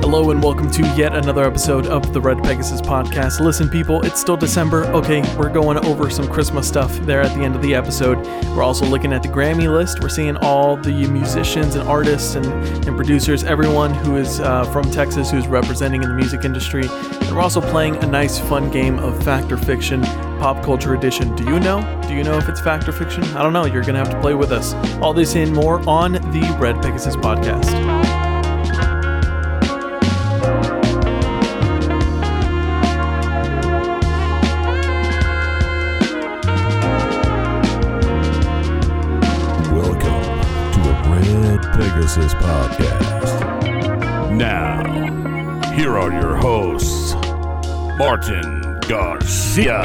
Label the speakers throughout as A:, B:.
A: Hello and welcome to yet another episode of the Red Pegasus podcast. Listen, people, it's still December. Okay, we're going over some Christmas stuff there at the end of the episode. We're also looking at the Grammy list. We're seeing all the musicians and artists and, and producers, everyone who is uh, from Texas who's representing in the music industry. And we're also playing a nice, fun game of fact or fiction, pop culture edition. Do you know? Do you know if it's fact or fiction? I don't know. You're going to have to play with us. All this and more on the Red Pegasus podcast.
B: Welcome to the Red Pegasus Podcast. Now, here are your hosts, Martin Garcia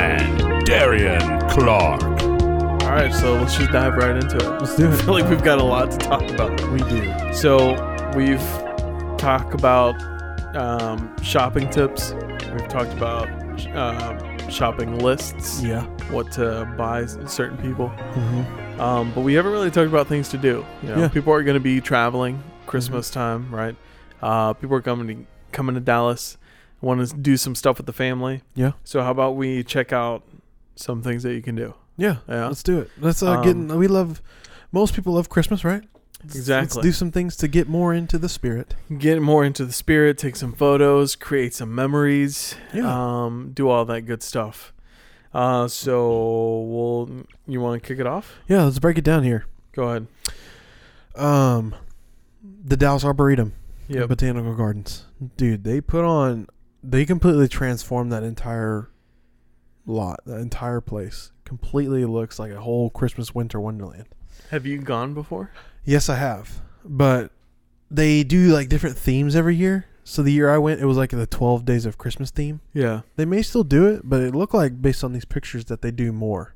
B: and Darian Clark.
A: All right, so let's just dive right into it.
C: Let's do
A: I feel like we've got a lot to talk about.
C: We do.
A: So we've talked about um, shopping tips. We've talked about uh, shopping lists,
C: Yeah.
A: what to buy s- certain people.
C: hmm
A: Um, but we haven't really talked about things to do. You know,
C: Yeah. Mm-hmm.
A: people are going to be traveling Christmas time, right? Uh, people are coming to coming to Dallas, want to do some stuff with the family.
C: Yeah.
A: So how about we check out some things that you can do?
C: Yeah.
A: Yeah.
C: Let's do it. Let's uh,
A: Um,
C: getting. We love. Most people love Christmas, right? Let's-
A: Exactly.
C: Let's do some things to get more into the spirit.
A: get more into the spirit, take some photos, create some memories,
C: Yeah.
A: um, do all that good stuff. Uh, so we'll you want to kick it off?
C: Yeah. Let's break it down here.
A: Go ahead.
C: Um, the Dallas Arboretum, and
A: Yep.
C: Botanical Gardens, dude. They put on. They completely transformed that entire lot, that entire place. Completely looks like a whole Christmas winter wonderland.
A: Have you gone before?
C: Yes, I have. But they do like different themes every year. So the year I went, it was like the 12 days of Christmas theme.
A: Yeah.
C: They may still do it, but it looked like based on these pictures that they do more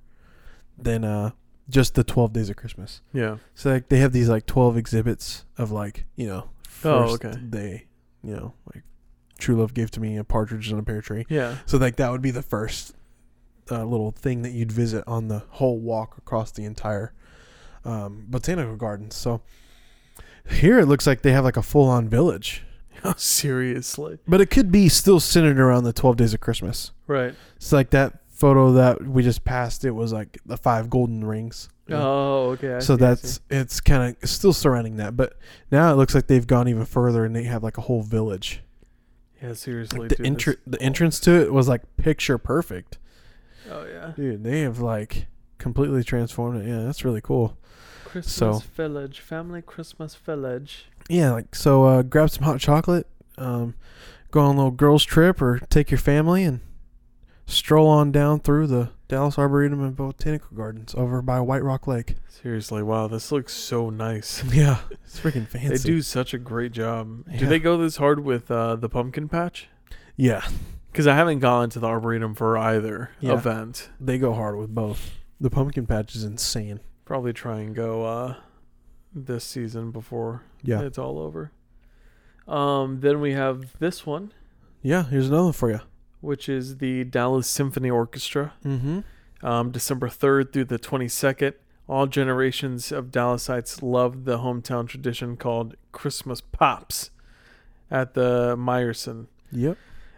C: than uh just the 12 days of Christmas.
A: Yeah.
C: So like they have these like 12 exhibits of like, you know,
A: Oh,
C: first
A: okay.
C: day, you know, like true love gave to me a partridge in a pear tree.
A: Yeah.
C: So like that would be the first uh, little thing that you'd visit on the whole walk across the entire um, botanical gardens. So here it looks like they have like a full on village,
A: Oh, Seriously.
C: but it could be still centered around the twelve days of Christmas.
A: Right.
C: It's like that photo that we just passed. It was like the five golden rings.
A: Oh, okay. I see,
C: so
A: I
C: that's
A: see.
C: it's kind of still surrounding that, but now it looks like they've gone even further and they have like a whole village.
A: yeah. Seriously.
C: Like the
A: dude, this-
C: entr- the entrance to it was like picture perfect.
A: Oh yeah.
C: Dude, they have like completely transformed it. Yeah, that's really cool.
A: Christmas village, family Christmas village.
C: Yeah, like so uh grab some hot chocolate, um go on a little girls trip or take your family and stroll on down through the Dallas Arboretum and Botanical Gardens over by White Rock Lake.
A: Seriously, wow, this looks so nice.
C: Yeah, it's freaking fancy.
A: They do such a great job. Do
C: Yeah.
A: they go this hard with uh, the pumpkin patch?
C: Yeah,
A: Because I haven't gone to the Arboretum for either
C: Yeah.
A: event.
C: they go hard with both. The pumpkin patch is insane.
A: Probably try and go uh, this season before
C: Yeah.
A: it's all over. Um, then we have this one,
C: Yeah, here's another one for you.
A: which is the Dallas Symphony Orchestra,
C: Mhm.
A: um, December 3rd through the 22nd. All generations of Dallasites love the hometown tradition called Christmas Pops at the Meyerson.
C: Yep.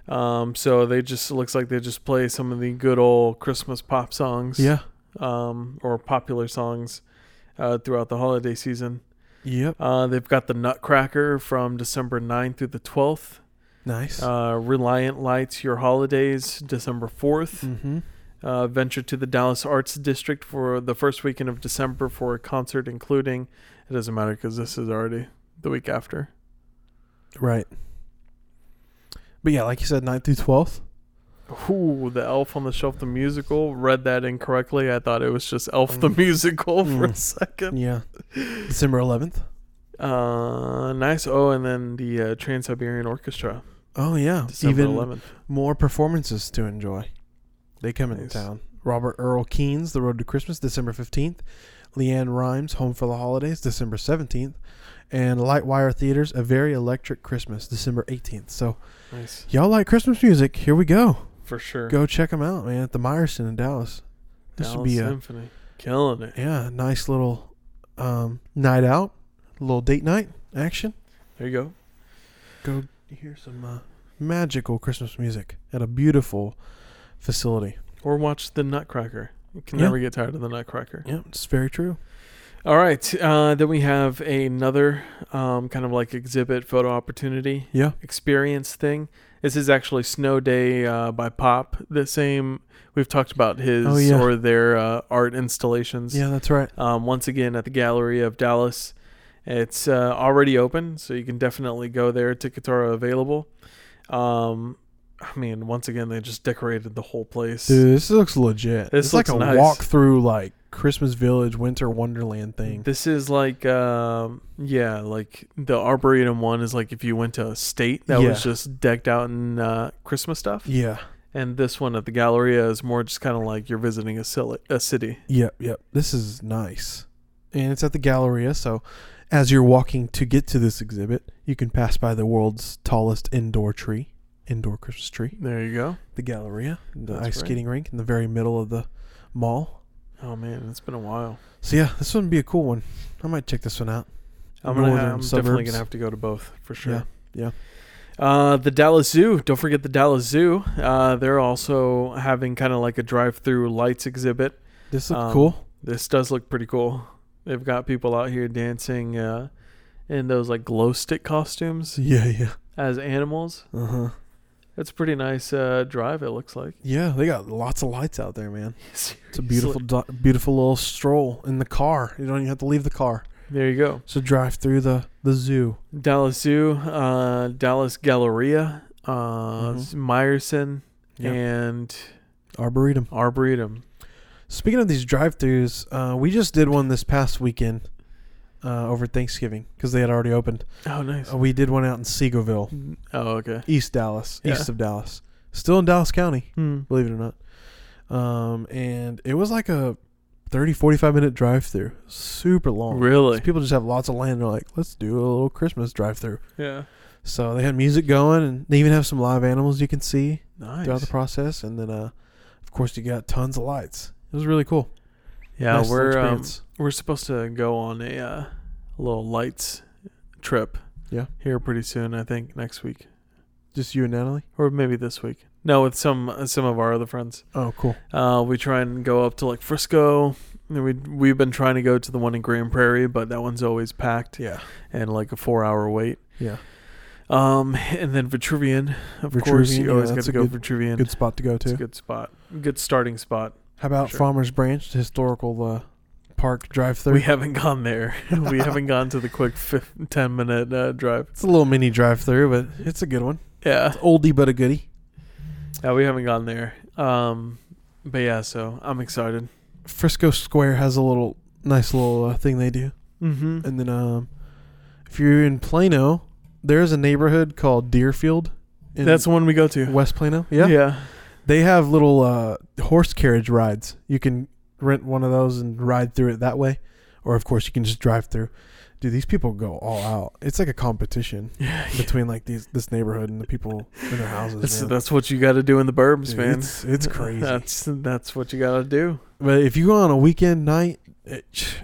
A: Um, so they just it looks like they just play some of the good old Christmas pop songs,
C: Yeah.
A: um, or popular songs uh, throughout the holiday season.
C: Yep.
A: Uh, they've got the Nutcracker from December 9th through the 12th.
C: Nice.
A: Uh, Reliant Lights Your Holidays December 4th.
C: mhm.
A: Uh, venture to the Dallas Arts District for the first weekend of December for a concert, including. It doesn't matter because this is already the week after.
C: Right. But yeah, like you said, 9th through 12th.
A: Ooh, the Elf on the Shelf the musical. Read that incorrectly. I thought it was just Elf the
C: Mm.
A: musical for a
C: Mm.
A: second.
C: Yeah. December 11th.
A: Uh, nice. Oh, and then the uh, Trans Siberian Orchestra,
C: Oh, yeah.
A: December
C: Even
A: 11th.
C: more performances to enjoy. They come into
A: Nice.
C: town. Robert Earl Keen's The Road to Christmas, December 15th. Leanne Rhymes, Home for the Holidays, December 17th. And Lightwire Theater's A Very Electric Christmas, December 18th. So,
A: Nice
C: y'all like Christmas music? Here we go.
A: for sure.
C: Go check them out, man, at the Meyerson in Dallas. This
A: Dallas
C: should be a,
A: Symphony, killing it.
C: yeah, nice little um, night out, little date night action.
A: There you go.
C: go hear some uh, magical Christmas music at a beautiful facility.
A: Or watch the Nutcracker. You can
C: Yeah.
A: never get tired of the Nutcracker.
C: Yep, it's very true.
A: All right. Uh, then we have another um, kind of like exhibit photo opportunity
C: Yeah.
A: experience thing. This is actually Snow Day uh, by Pop. The same we've talked about his
C: Oh, yeah.
A: or their uh, art installations.
C: Yeah, that's right.
A: Um, once again at the Gallery of Dallas. It's uh, already open, so you can definitely go there. Tickets are available. Um, I mean, once again, they just decorated the whole place.
C: Dude, this looks legit.
A: This
C: it's like
A: looks
C: a
A: nice.
C: walk through like Christmas Village, Winter Wonderland thing.
A: This is like, um, yeah, like the Arboretum one is like if you went to a state that was
C: Yeah.
A: just decked out in uh, Christmas stuff,
C: yeah.
A: and this one at the Galleria is more just kind of like you're visiting a, cili- a city.
C: Yep, yep. This is nice. And it's at the Galleria, so as you're walking to get to this exhibit, you can pass by the world's tallest indoor tree, indoor Christmas tree,
A: There you go.
C: the Galleria, the
A: That's
C: ice
A: right.
C: skating rink in the very middle of the mall.
A: Oh man, it's been a while.
C: So yeah, this one would be a cool one. I might check this one out.
A: I'm, gonna
C: Northern
A: ha- I'm definitely
C: suburbs.
A: gonna have to go to both for sure.
C: Yeah, yeah.
A: Uh, the Dallas Zoo. Don't forget the Dallas Zoo. Uh, they're also having kind of like a drive-through lights exhibit.
C: This looks
A: Um,
C: cool.
A: This does look pretty cool. They've got people out here dancing uh, in those like glow stick costumes
C: Yeah, yeah.
A: as animals.
C: Uh huh.
A: It's a pretty nice uh, drive. It looks like.
C: Yeah, they got lots of lights out there, man. It's a
A: Seriously.
C: beautiful, do- beautiful little stroll in the car. You don't even have to leave the car.
A: There you go.
C: So drive through the the zoo.
A: Dallas Zoo, uh, Dallas Galleria, uh,
C: Mhm.
A: Meyerson,
C: Yeah.
A: and
C: Arboretum.
A: Arboretum.
C: Speaking of these drive-throughs, uh, we just did one this past weekend uh, over Thanksgiving because they had already opened.
A: Oh, nice.
C: Uh, we did one out in Seagoville,
A: Oh, okay.
C: East Dallas, east
A: Yeah.
C: of Dallas, still in Dallas County,
A: Hmm.
C: believe it or not. Um, and it was like a 30, 45 minute drive-through, super long. 'Cause
A: Really?
C: People just have lots of land. They're like, let's do a little Christmas drive-through.
A: Yeah.
C: So they had music going, and they even have some live animals you can see
A: Nice.
C: throughout the process. And then, uh, of course, you got tons of lights. It was really cool.
A: yeah,
C: Nice little
A: we're um,
C: experience.
A: we're supposed to go on a uh, little lights trip.
C: Yeah.
A: Here pretty soon, I think next week
C: just you and Natalie.
A: or maybe this week. No, with some uh, some of our other friends.
C: Oh, cool.
A: Uh, we try and go up to like Frisco. And We we've been trying to go to the one in Grand Prairie, but that one's always packed
C: Yeah,
A: and like a four hour wait.
C: yeah.
A: Um, and then Vitruvian, of course,
C: Vitruvian,
A: you
C: yeah,
A: always got
C: that's
A: to
C: a
A: go
C: good-
A: Vitruvian.
C: Good spot to go
A: it's a
C: to.
A: good spot, good starting spot.
C: How about
A: Sure.
C: Farmers Branch the Historical uh, Park drive-through?
A: We haven't gone there. we haven't gone to the quick fif- ten minute uh, drive.
C: it's a little mini drive-through, but it's a good one.
A: Yeah.
C: It's oldie but a goodie.
A: Yeah, we haven't gone there. Um, but yeah, so I'm excited.
C: Frisco Square has a little nice little uh, thing they do,
A: Mm-hmm.
C: and then um, if you're in Plano, there's a neighborhood called Deerfield. In
A: That's the one we go to.
C: West Plano. Yeah,
A: Yeah.
C: they have little uh, horse carriage rides. You can rent one of those and ride through it that way, or of course you can just drive through. Dude, these people go all out. It's like a competition
A: Yeah.
C: between like these this neighborhood and the people in their
A: That's,
C: houses. man.
A: that's what you got to do in the burbs,
C: Dude,
A: man.
C: It's, it's crazy.
A: That's that's what you got to do.
C: but if you go on a weekend night, it,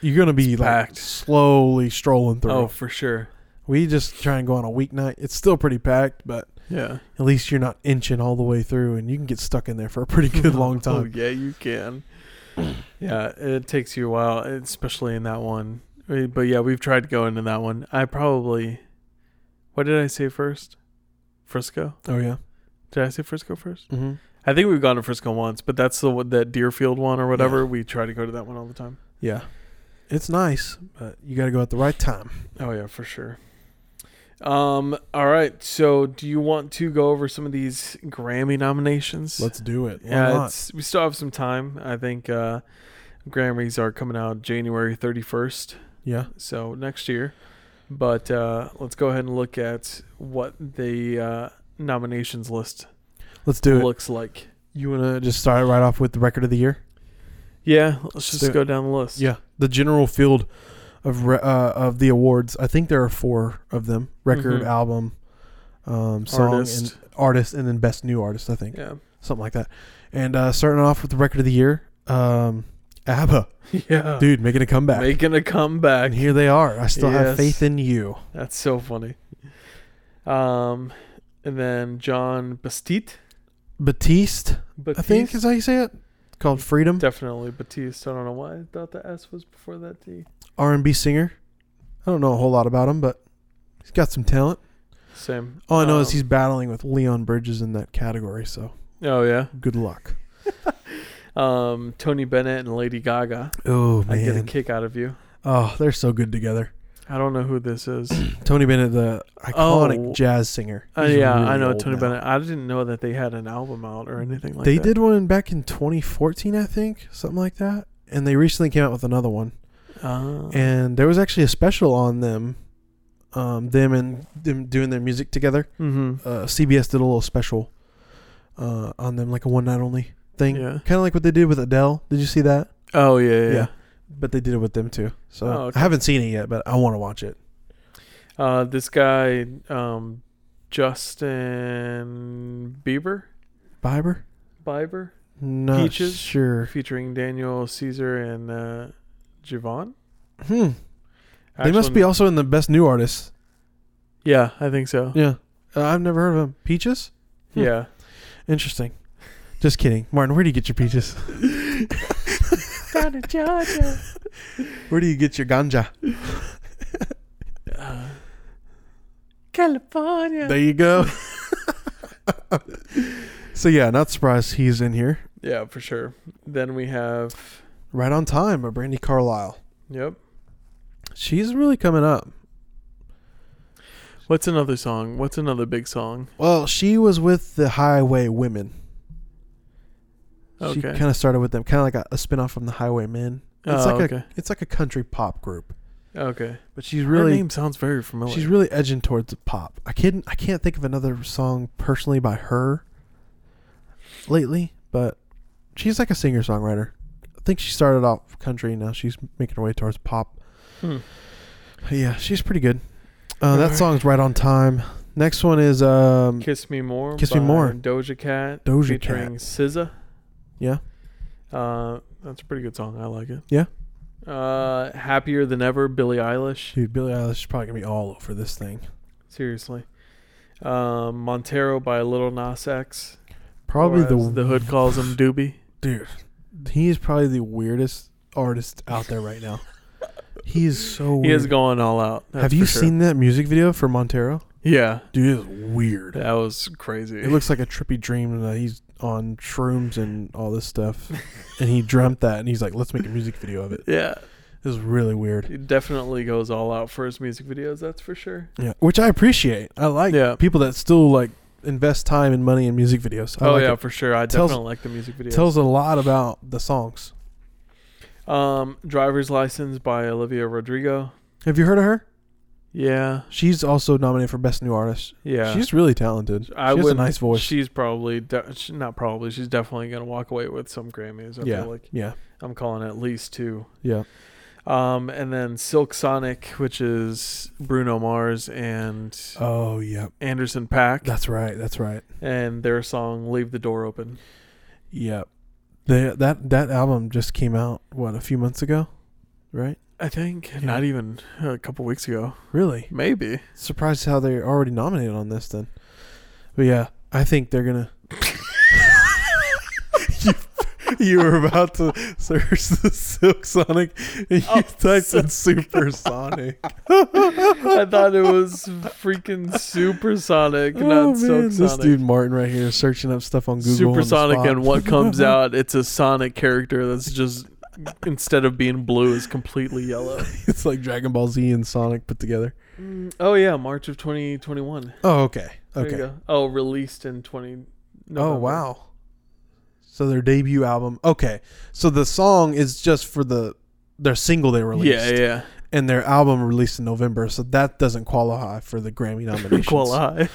C: you're gonna be
A: It's
C: like
A: packed.
C: slowly strolling through.
A: Oh, for sure.
C: We just try and go on a weeknight. It's still pretty packed, but
A: Yeah.
C: at least you're not inching all the way through, and you can get stuck in there for a pretty good long
A: Oh,
C: time.
A: yeah, you can. Yeah, it takes you a while, especially in that one. Uh, But yeah, we've tried going in that one. I probably. What did I say first? Frisco?
C: Oh yeah.
A: Did I say Frisco first?
C: Mm-hmm.
A: I think we've gone to Frisco once, but that's the one- that Deerfield one or whatever. We try to go to that one all the time.
C: Yeah. It's nice, but you got to go at the right time.
A: Oh yeah, for sure. Um. All right. So, do you want to go over some of these Grammy nominations?
C: Let's do it. Why
A: yeah,
C: not?
A: it's, we still have some time. I think uh, Grammys are coming out January thirty first,
C: Yeah.
A: so next year. But uh, let's go ahead and look at what the uh, nominations list
C: Let's do it.
A: looks like.
C: You want to just start right off with the record of the year?
A: Yeah, let's just
C: do it.
A: go down the list.
C: Yeah. The general field of re- uh, of the awards. I think there are four of them: record,
A: Mhm.
C: album, um, song,
A: Artist.
C: and artist, and then best new artist. I think
A: Yeah.
C: something like that. And uh, starting off with the record of the year, um, ABBA,
A: Yeah.
C: dude, making a comeback.
A: Making a comeback.
C: and here they are. I still have
A: Yes.
C: faith in you.
A: That's so funny. Um, and then John Bastite.
C: Batiste,
A: Batiste.
C: I think is how you say it. It's called Freedom.
A: Definitely Batiste. I don't know why I thought the S was before that D.
C: R and B singer. I don't know a whole lot about him, but he's got some talent.
A: Same.
C: All I know is
A: Um,
C: he's battling with Leon Bridges in that category, so
A: Oh yeah.
C: good luck.
A: Um, Tony Bennett and Lady Gaga.
C: Oh
A: I get a
C: man.
A: kick out of you.
C: Oh, they're so good together.
A: I don't know who this is.
C: Tony Bennett, the iconic
A: Oh.
C: jazz singer.
A: Uh,
C: He's
A: yeah, I
C: really
A: know
C: old
A: Tony
C: now.
A: Bennett. I didn't know that they had an album out or anything like
C: they
A: that.
C: did one back in 2014, I think, something like that. And they recently came out with another one.
A: Uh,
C: And there was actually a special on them, um, them and them doing their music together.
A: hmm
C: Uh, CBS did a little special uh, on them, like a one night only thing,
A: Yeah.
C: kind of like what they did with Adele. Did you see that?
A: Oh yeah, yeah. yeah.
C: But they did it with them too. So
A: Oh, okay.
C: I haven't seen it yet, but I want to watch it.
A: Uh, this guy, um, Justin Bieber,
C: Bieber?
A: Bieber,
C: Not
A: Peaches?
C: sure.
A: featuring Daniel Caesar and uh, Javon.
C: Hmm. They
A: Actually-
C: must be also in the best new artists.
A: Yeah, I think so.
C: Yeah. Uh, I've never heard of them. Peaches? Hmm.
A: Yeah.
C: Interesting. Just kidding. Martin, where do you get your peaches?
A: Down in Georgia.
C: Where do you get your ganja?
A: Uh, California.
C: There you go. so yeah, not surprised he's in here.
A: yeah, for sure. Then we have.
C: Right on time by Brandy Carlisle.
A: Yep.
C: She's really coming up.
A: What's another song? What's another big song?
C: Well, she was with the Highway Women. She
A: Okay.
C: kind of started with them, kind of like a, a spin-off from the Highwaymen. It's
A: Oh,
C: like
A: okay.
C: a it's like a country pop group,
A: Okay.
C: but she's
A: Her
C: really
A: name sounds very familiar.
C: she's really edging towards the pop. I can't I can't think of another song personally by her lately, but she's like a singer songwriter. I think she started off country, now she's making her way towards pop.
A: Hmm.
C: Yeah, she's pretty good. Uh, that
A: Alright.
C: song's right on time. Next one is um,
A: Kiss Me More.
C: Kiss Me
A: by
C: More.
A: Doja Cat.
C: Doja
A: featuring SZA.
C: Yeah.
A: Uh, that's a pretty good song. I like it.
C: Yeah.
A: Uh, Happier Than Ever, Billie Eilish.
C: dude Billie Eilish is probably gonna be all over this thing.
A: Seriously. Um, Montero by Little Nas X.
C: Probably
A: or as
C: the
A: the hood calls him Doobie.
C: dude. He is probably the weirdest artist out there right now. he is so. Weird.
A: He is going all out. that's
C: Have you
A: for sure.
C: seen that music video for Montero?
A: Yeah,
C: Dude, it's weird.
A: that was crazy.
C: It looks like a trippy dream that he's on shrooms and all this stuff, and he dreamt that, and he's like, "Let's make a music video of it."
A: yeah,
C: It was really weird.
A: he definitely goes all out for his music videos. That's for sure.
C: Yeah, which I appreciate. I like
A: Yeah.
C: people that still like invest time and money in music videos. I
A: oh
C: like
A: yeah,
C: it.
A: for sure. I
C: Tells-
A: definitely like the music videos.
C: tells a lot about the songs.
A: um, driver's license by Olivia Rodrigo.
C: Have you heard of her?
A: Yeah,
C: She's also nominated for best new artist.
A: yeah.
C: She's really talented.
A: I
C: she has a
A: wouldn't-
C: nice voice.
A: She's probably de- she- not probably. She's definitely gonna walk away with some Grammys. I
C: yeah,
A: feel like
C: yeah,
A: I'm calling at least two.
C: yeah.
A: Um, and then Silk Sonic, which is Bruno Mars and
C: Oh yeah,
A: Anderson Pack,
C: that's right. That's right.
A: and their song "Leave the Door Open."
C: Yeah, they, that that album just came out what a few months ago, right?
A: I think not even a couple weeks ago.
C: Really
A: Maybe.
C: surprised how they're already nominated on this then. But yeah, I think they're gonna. you, you were about to search the Silk Sonic and you
A: Oh,
C: typed in supersonic.
A: I thought it was freaking supersonic,
C: oh,
A: not
C: man,
A: silk
C: this
A: sonic.
C: dude Martin right here is searching up stuff on Google. on the
A: supersonic
C: spot.
A: and what comes out, it's a sonic character that's just instead of being blue is completely yellow.
C: it's like Dragon Ball Z and Sonic put together.
A: Mm, oh yeah, March of 2021.
C: Oh, okay,
A: There
C: okay.
A: you go. Oh, released in 20 November.
C: Oh wow. So their debut album. Okay. So the song is just for the their single they released
A: Yeah, yeah.
C: and their album released in November, so that doesn't qualify for the Grammy nominations.
A: Qualify.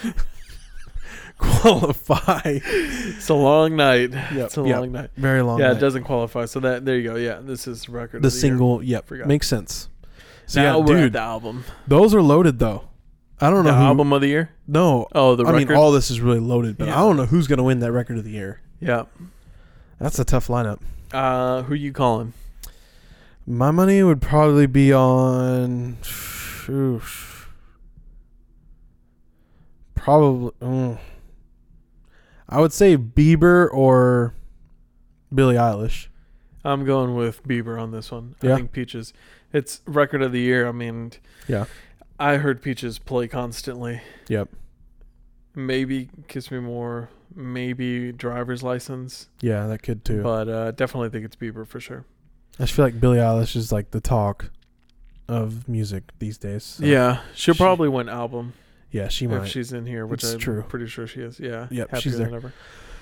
C: Qualify.
A: It's a long night.
C: Yep,
A: It's a
C: yep.
A: long night.
C: Very long.
A: yeah,
C: night.
A: it doesn't qualify. So that there you go. Yeah, this is record. of
C: the
A: year.
C: single, yep.
A: Forgot.
C: Makes sense. So
A: now
C: yeah,
A: we're at
C: dude,
A: the album.
C: those are loaded though. I don't
A: The
C: know who,
A: album of the year.
C: No.
A: Oh, the
C: I
A: record.
C: mean all this is really loaded, but
A: Yeah.
C: I don't know who's going to win that record of the year.
A: yeah.
C: That's a tough lineup.
A: Uh, who you calling?
C: My money would probably be on. Oof. Probably. mm. I would say Bieber or Billie Eilish.
A: I'm going with Bieber on this one. I
C: Yeah.
A: think Peaches. It's record of the year. I mean,
C: Yeah.
A: I heard Peaches play constantly.
C: Yep.
A: Maybe Kiss Me More. Maybe Driver's License.
C: Yeah, that could too.
A: But uh, definitely think it's Bieber for sure.
C: I just feel like Billie Eilish is like the talk of music these days. so-
A: yeah, she'll
C: she-
A: probably win album
C: Yeah, she
A: if
C: might.
A: she's in here, which
C: It's
A: I'm
C: true.
A: pretty sure she is. Yeah.
C: Yep,
A: happier
C: she's
A: than ever.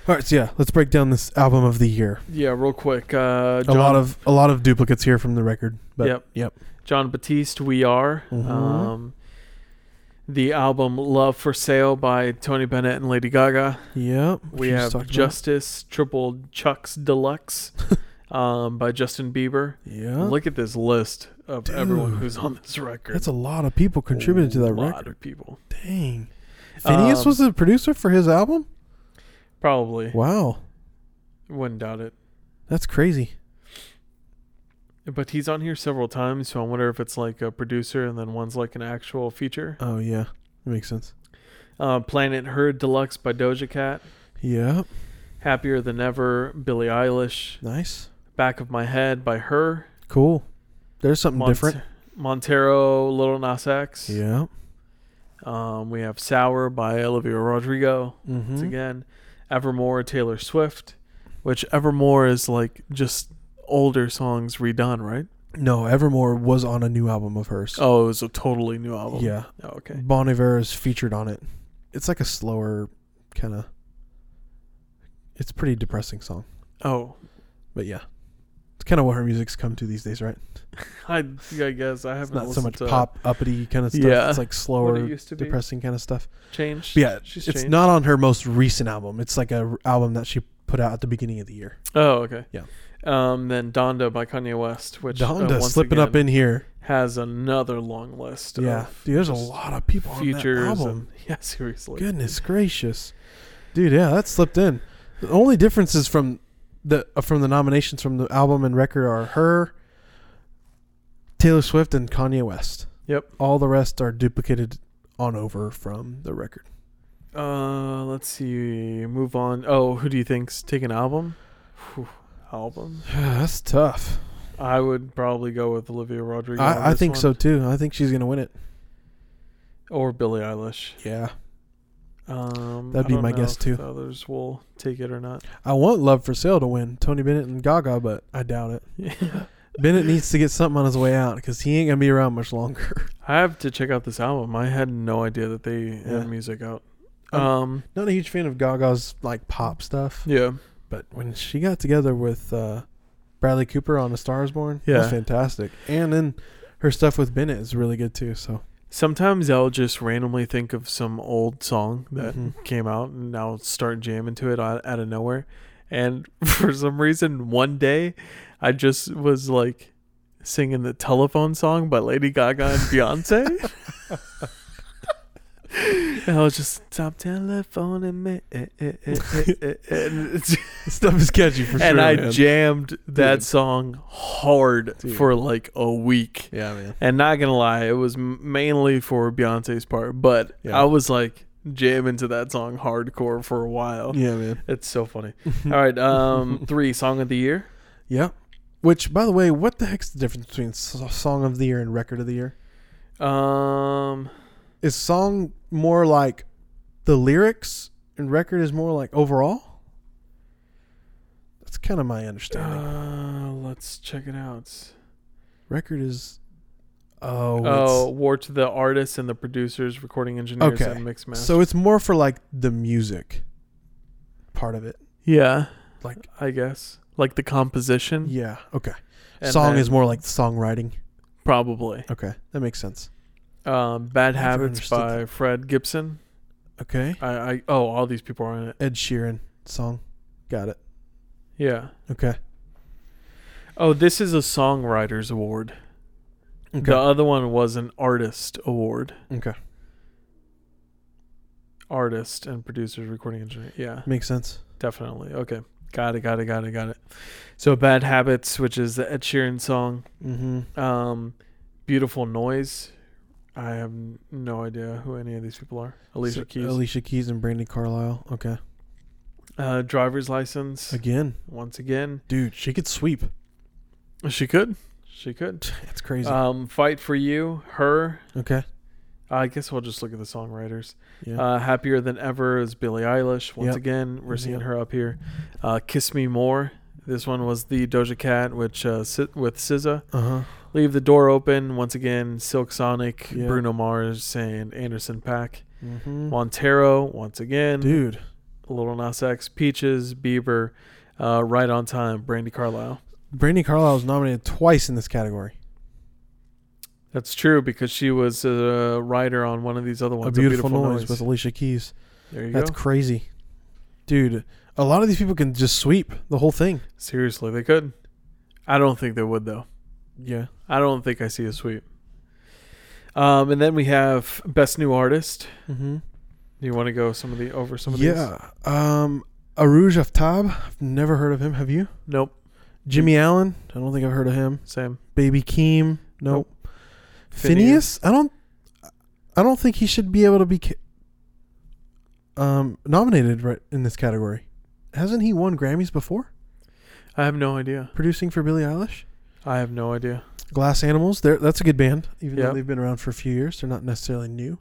C: All right, so yeah, let's break down this album of the year.
A: Yeah, real quick. Uh,
C: A lot of a lot of duplicates here from the record, but
A: Yep.
C: yep.
A: John Batiste, We Are.
C: Mhm.
A: Um, the album Love for Sale by Tony Bennett and Lady Gaga.
C: Yep. which
A: We
C: just
A: have
C: talked about.
A: Justice Triple Chucks Deluxe um, by Justin Bieber.
C: yeah.
A: Look at this list of everyone
C: Dude.
A: who's on this record.
C: That's a lot of people contributed to that
A: A lot
C: record.
A: of people.
C: Dang. Phineas
A: Um,
C: was the producer for his album?
A: Probably.
C: Wow.
A: Wouldn't doubt it.
C: That's crazy.
A: But he's on here several times, so I wonder if it's like a producer and then one's like an actual feature.
C: Oh yeah. That makes sense.
A: Uh, Planet Herd Deluxe by Doja Cat.
C: Yep.
A: Happier Than Ever, Billie Eilish.
C: Nice.
A: Back of My Head by her.
C: Cool. There's something
A: Mont-
C: different.
A: Montero, Little Nas X.
C: Yeah.
A: Um, we have Sour by Olivia Rodrigo. Once
C: Mm-hmm.
A: again, Evermore, Taylor Swift, which Evermore is like just older songs redone, right?
C: No, Evermore was on a new album of hers.
A: Oh, it was a totally new album.
C: yeah.
A: Oh, okay.
C: Bon Iver is featured on it. It's like a slower kind of. It's a pretty depressing song,
A: Oh,
C: but yeah, it's kind of what her music's come to these days, right?
A: I, I guess I haven't
C: It's not so
A: listened
C: much
A: to
C: pop uppity kind of stuff.
A: Yeah.
C: It's like
A: uh, what it
C: slower,
A: used to be.
C: depressing kind of stuff.
A: Changed.
C: But yeah,
A: she's
C: it's
A: changed.
C: not on her most recent album. It's like a r- album that she put out at the beginning of the year.
A: Oh, okay.
C: Yeah.
A: Um, then Donda by Kanye West, which uh,
C: Donda
A: once
C: slipping up
A: again
C: in here.
A: has another long list.
C: Yeah,
A: of
C: dude, there's a
A: just
C: lot of people on that
A: features
C: album.
A: and- yeah, seriously.
C: Goodness gracious, dude! Yeah, that slipped in. The only differences from the uh, from the nominations from the album and record are her, Taylor Swift, and Kanye West.
A: Yep.
C: All the rest are duplicated on over from the record.
A: Uh, let's see. Move on. Oh, who do you think's taking album? Whew, album.
C: That's tough.
A: I would probably go with Olivia Rodrigo. on
C: I, I
A: this
C: think
A: one.
C: so too. I think she's gonna win it.
A: Or Billie Eilish.
C: Yeah.
A: Um,
C: That'd
A: I
C: be
A: don't
C: my
A: know
C: guess,
A: if
C: too.
A: the Others will take it or not.
C: I want Love for Sale to win Tony Bennett and Gaga, but I doubt it. Bennett needs to get something on his way out because he ain't gonna be around much longer.
A: I have to check out this album. I had no idea that they
C: Yeah.
A: had music out.
C: I'm-
A: Um,
C: Not a huge fan of Gaga's like pop stuff.
A: yeah.
C: But when she got together with uh, Bradley Cooper on A Star Is Born, that
A: Yeah.
C: was fantastic. And then her stuff with Bennett is really good too. So
A: Sometimes I'll just randomly think of some old song that
C: Mhm.
A: came out and I'll start jamming to it out, out of nowhere. And for some reason, one day I just was like singing the telephone song by Lady Gaga and Beyonce. and I was just stop telephoning me. eh, eh, eh, eh, eh, eh," And, it's-
C: stuff is catchy for
A: and
C: sure.
A: I
C: man.
A: jammed that
C: Dude.
A: song hard
C: Dude.
A: for like a week.
C: yeah, man.
A: And not gonna lie, it was m- mainly for Beyonce's part, but
C: Yeah.
A: I was like jamming to that song hardcore for a while.
C: Yeah, man.
A: It's so funny. All right, um, three song of the year.
C: Yeah. Which, by the way, what the heck's the difference between so- song of the year and record of the year?
A: Um,
C: Is song more like the lyrics, and record is more like overall? That's kind of my understanding.
A: uh, let's check it out.
C: record is.
A: Oh,
C: Oh, it's-
A: war to the artists and the producers, recording engineers,
C: Okay.
A: and mix master.
C: So it's more for like the music part of it.
A: yeah,
C: Like-
A: I guess like the composition.
C: Yeah. Okay.
A: Mm-hmm. and
C: Song
A: then-
C: is more like songwriting.
A: probably
C: Okay. That makes sense.
A: um, bad
C: Never
A: habits
C: understood
A: by Fred Gibson.
C: Okay.
A: I, I oh, all these people are in it.
C: Ed Sheeran song. Got it.
A: Yeah.
C: Okay.
A: Oh, this is a songwriters award.
C: Okay.
A: The other one was an artist award.
C: Okay.
A: Artist and producers, recording engineer. Yeah,
C: Makes sense.
A: definitely. Okay. Got it, got it, got it, got it. So Bad Habits, which is the Ed Sheeran song.
C: Mm-hmm.
A: Um Beautiful Noise. I have n- no idea who any of these people are. Alicia
C: So-
A: Keys.
C: Alicia Keys and Brandy Carlisle. Okay.
A: uh, driver's license.
C: Again,
A: Once again,
C: dude, she could sweep.
A: she could. She could.
C: That's crazy.
A: Um, Fight for You. Her.
C: okay.
A: I guess we'll just look at the songwriters.
C: Yeah.
A: Uh, Happier Than Ever is Billie Eilish. Once
C: Yep.
A: again, we're seeing
C: Yep.
A: her up here. Uh, Kiss Me More. This one was the Doja Cat, which uh, sit with SZA.
C: Uh huh.
A: Leave the door open. Once again, Silk Sonic,
C: Yeah.
A: Bruno Mars, and Anderson Pack.
C: Mm-hmm.
A: Montero. Once again,
C: Dude,
A: Little Nas X, Peaches, Bieber, uh, Right on Time, Brandy Carlisle.
C: Brandy Carlisle was nominated twice in this category.
A: That's true because she was a writer on one of these other ones.
C: a beautiful, noise, with Alicia Keys.
A: there you
C: That's
A: go.
C: crazy, dude. A lot of these people can just sweep the whole thing.
A: Seriously, they could. I don't think they would though.
C: Yeah.
A: I don't think I see a sweep. Um, and then we have best new artist.
C: Mm-hmm.
A: Do you want to go some of the over some of these?
C: Yeah. Um, Aruj Aftab. I've never heard of him. Have you?
A: Nope.
C: Jimmy
A: Mm.
C: Allen. I don't think I've heard of him.
A: Same.
C: Baby Keem. Nope.
A: Phineas.
C: Phineas. I don't. I don't think he should be able to be. Ca- um, nominated right in this category. Hasn't he won Grammys before?
A: I have no idea.
C: Producing for Billie Eilish.
A: I have no idea.
C: Glass Animals, they're, that's a good band, even
A: Yeah.
C: though they've been around for a few years. They're not necessarily new.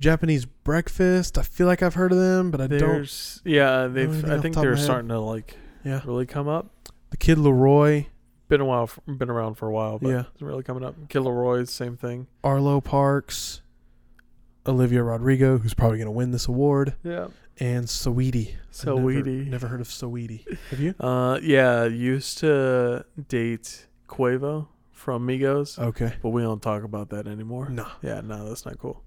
C: Japanese Breakfast, I feel like I've heard of them, but I don't.
A: There's yeah, they've
C: anything
A: I
C: off
A: think
C: the top of
A: they're
C: my head.
A: starting to like
C: Yeah.
A: really come up.
C: The Kid Leroy,
A: Been a while, f- been around for a while, but
C: Yeah.
A: it's really coming up. Killer Roy's same thing.
C: Arlo Parks, Olivia Rodrigo, who's probably going to win this award,
A: Yeah.
C: and Saweetie. I've
A: So weedy.
C: Never, never heard of Saweetie. Have you?
A: Uh, yeah, used to date Quavo from Migos,
C: Okay.
A: but we don't talk about that anymore.
C: No.
A: Yeah, no, that's not cool.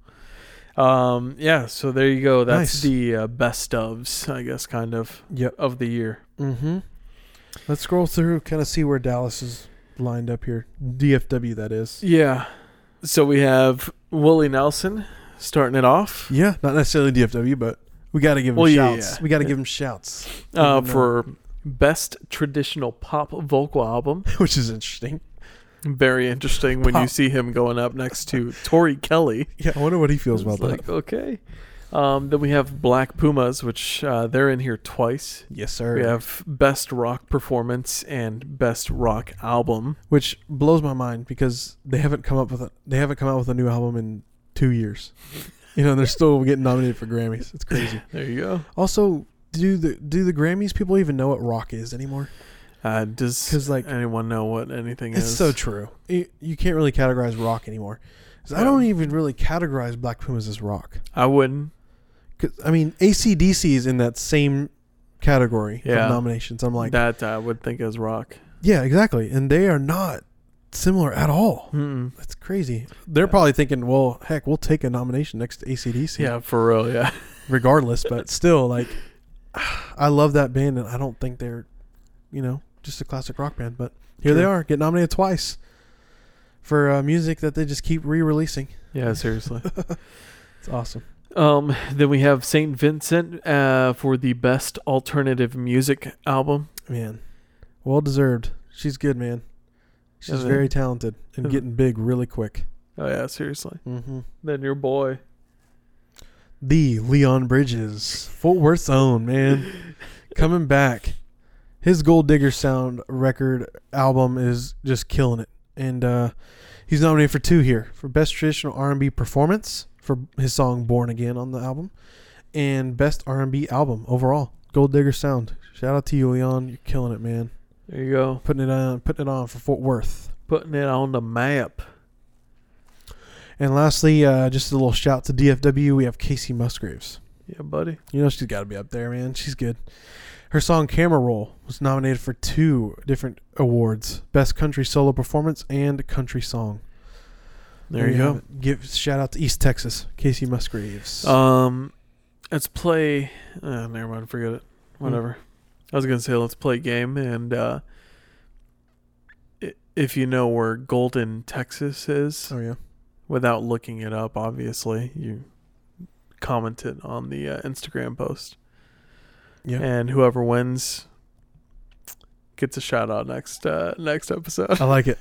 A: Um, yeah, so there you go. That's
C: Nice.
A: the uh, best ofs, I guess, kind of
C: Yep.
A: of the year.
C: Mm
A: Mm-hmm.
C: hmm. Let's scroll through, kind of see where Dallas is lined up here. DFW, that is.
A: Yeah. So we have Willie Nelson starting it off
C: Yeah, not necessarily DFW, but we got to give him
A: Well, yeah,
C: shouts.
A: yeah.
C: We got to
A: Yeah.
C: give him shouts,
A: uh,
C: Even though-
A: for best traditional pop vocal album.
C: which is interesting.
A: Very interesting when you
C: Pop.
A: see him going up next to Tori Kelly.
C: Yeah, I wonder what he feels
A: It's
C: about
A: like,
C: that.
A: Okay. Um, then we have Black Pumas, which uh, they're in here twice.
C: Yes, sir.
A: We have Best Rock Performance and Best Rock Album.
C: Which blows my mind because they haven't come up with a, they haven't come out with a new album in two years. you know, they're still getting nominated for Grammys. It's crazy.
A: There you go.
C: Also, do the do the Grammys people even know what rock is anymore?
A: Uh, does
C: Because like
A: anyone know what anything
C: it's
A: is?
C: so true. You, you can't really categorize rock anymore. 'Cause I
A: Yeah.
C: don't even really categorize Black Pumas as rock.
A: I wouldn't.
C: 'Cause, I mean, ACDC is in that same category
A: Yeah.
C: of nominations. I'm like,
A: that I would think is rock.
C: yeah, exactly, and they are not similar at all.
A: Mm-mm.
C: That's crazy. They're
A: Yeah.
C: probably thinking, well, heck, we'll take a nomination next to ACDC.
A: Yeah, for real. Yeah.
C: Regardless, but still, like, I love that band, and I don't think they're, you know, just a classic rock band. But here they
A: True.
C: are, get nominated twice for uh, music that they just keep re releasing.
A: Yeah, seriously.
C: It's awesome.
A: um, then we have St. Vincent uh, for the Best Alternative Music Album.
C: Man, well deserved. She's good, man. She's
A: then-
C: very talented and
A: and-
C: getting big really quick.
A: Oh, yeah, seriously.
C: Mm-hmm.
A: Then your boy.
C: The Leon Bridges, Fort Worth's own man, coming back. His Gold Digger Sound record album is just killing it, and uh, he's nominated for two here for Best Traditional R&B Performance for his song "Born Again" on the album, and Best R&B Album overall. Gold Digger Sound. Shout out to you, Leon. You're killing it, man.
A: There you go.
C: Putting it on, putting it on for Fort Worth.
A: Putting it on the map.
C: And lastly, uh, just a little shout to DFW. We have Casey Musgraves.
A: Yeah, buddy.
C: You know she's got to be up there, man. She's good. Her song "Camera Roll" was nominated for two different awards: Best Country Solo Performance and Country Song.
A: There, you
C: have
A: go.
C: it. Give shout out to East Texas, Casey Musgraves.
A: Um, let's play. Uh, never mind, forget it.
C: Hmm.
A: Whatever. I was gonna say let's play game, and uh, i- if you know where Golden, Texas is,
C: oh yeah,
A: without looking it up, obviously you commented on the uh, Instagram post,
C: yeah.
A: and whoever wins gets a shout out next uh, next episode.
C: I like it.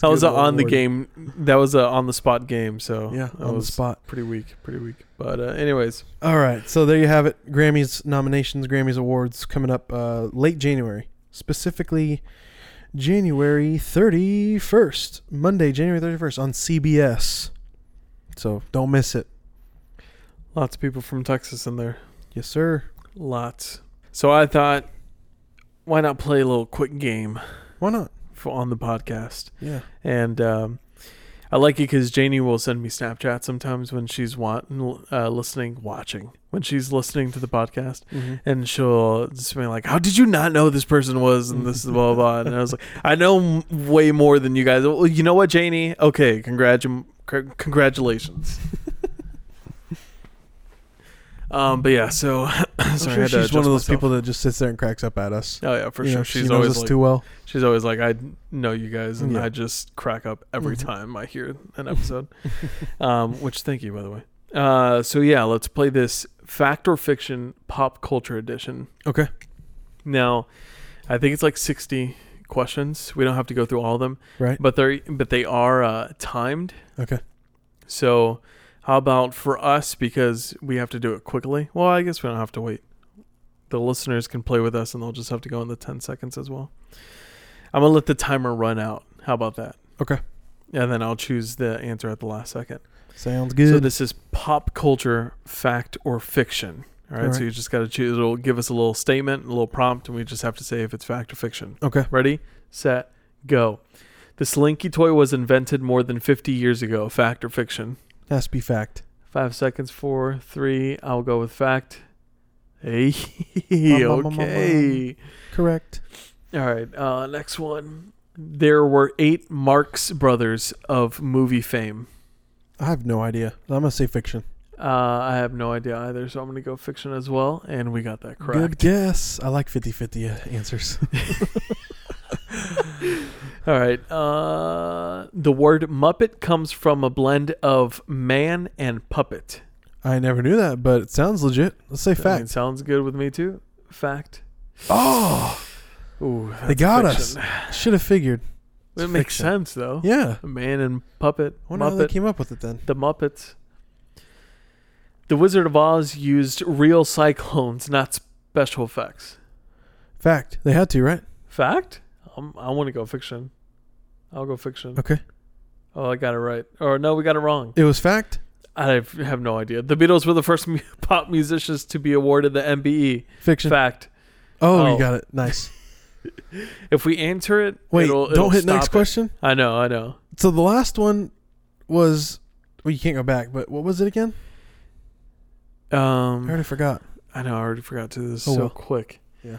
A: That was
C: Good
A: a on the
C: lord.
A: game. That was a on the spot game. So
C: Yeah,
A: that
C: on the
A: was
C: spot.
A: pretty weak, pretty weak. But uh, anyways,
C: All right, so there you have it. Grammys nominations, Grammys awards coming up uh, late January, specifically January 31st, Monday, January 31st on CBS. So don't miss it.
A: lots of people from Texas in there.
C: Yes, sir.
A: Lots. So I thought, why not play a little quick game
C: Why not?
A: for on the podcast?
C: Yeah.
A: And um, I like it because Janie will send me Snapchat sometimes when she's wa- uh, listening, watching when she's listening to the podcast, and she'll just be like, "How did you not know this person was?" and this is blah blah. blah. And I was like, "I know m- way more than you guys." Well, you know what, Janie? Okay, congratu- cr- congratulations. um, but yeah, so sorry, I
C: I'm
A: had to
C: sure she's
A: adjust
C: one of those
A: myself.
C: people that just sits there and cracks up at us.
A: Oh yeah, for
C: You
A: sure.
C: know, she
A: she's
C: knows
A: always
C: us
A: like,
C: too well.
A: She's always like, I know you guys, and
C: Yeah.
A: I just crack up every
C: Mhm.
A: time I hear an episode. um, which, thank you, by the way. Uh, so, yeah, let's play this Fact or Fiction Pop Culture Edition.
C: Okay.
A: Now, I think it's like 60 questions. We don't have to go through all of them.
C: Right.
A: But, they're, but they are uh, timed.
C: Okay.
A: So, how about for us, because we have to do it quickly? Well, I guess we don't have to wait. The listeners can play with us and they'll just have to go in the 10 seconds as well. I'm going to let the timer run out. How about that?
C: Okay.
A: And then I'll choose the answer at the last second.
C: Sounds good.
A: So, this is pop culture, fact, or fiction. All right.
C: All
A: So,
C: right.
A: you just got to choose. It'll give us a little statement, a little prompt, and we just have to say if it's fact or fiction.
C: okay.
A: Ready, set, go. The slinky toy was invented more than 50 years ago. Fact or fiction?
C: Has to be fact.
A: Five seconds, four, three. I'll go with fact. Hey,
C: bum, bum,
A: okay.
C: Correct.
A: All right, uh, next one. There were eight Marx brothers of movie fame.
C: I have no idea. I'm gonna say fiction.
A: Uh, I have no idea either, so I'm going to go fiction as well. And we got that
C: Good
A: correct.
C: guess. I like 50-50 answers.
A: All right. Uh, the word Muppet comes from a blend of man and puppet.
C: I never knew that, but it sounds legit. Let's say
A: I mean,
C: fact.
A: sounds good with me too. Fact.
C: Oh,
A: Ooh,
C: they
A: that's
C: got
A: fiction.
C: us. Should have figured.
A: It makes
C: fiction.
A: sense though.
C: Yeah.
A: A man and puppet.
C: I wonder how they
A: Muppet.
C: came up with it then.
A: the Muppets. The Wizard of Oz used real cyclones, not special effects.
C: Fact. They had to, right?
A: Fact? Um, I want to go fiction. I'll go fiction.
C: Okay.
A: Oh, I got it right. Or no, we got it wrong.
C: It was fact.
A: I have- have no idea. The Beatles were the first mu- pop musicians to be awarded the MBE.
C: Fiction.
A: Fact.
C: Oh,
A: Oh.
C: you got it. Nice.
A: If we answer it,
C: Wait,
A: it'll, it'll
C: don't hit
A: stop
C: next
A: it.
C: question.
A: I know, I know.
C: So the last one was well, you can't go back. But what was it again? I
A: Um,
C: already forgot.
A: I know. I already forgot to do this
C: Oh,
A: so
C: well.
A: quick.
C: Yeah.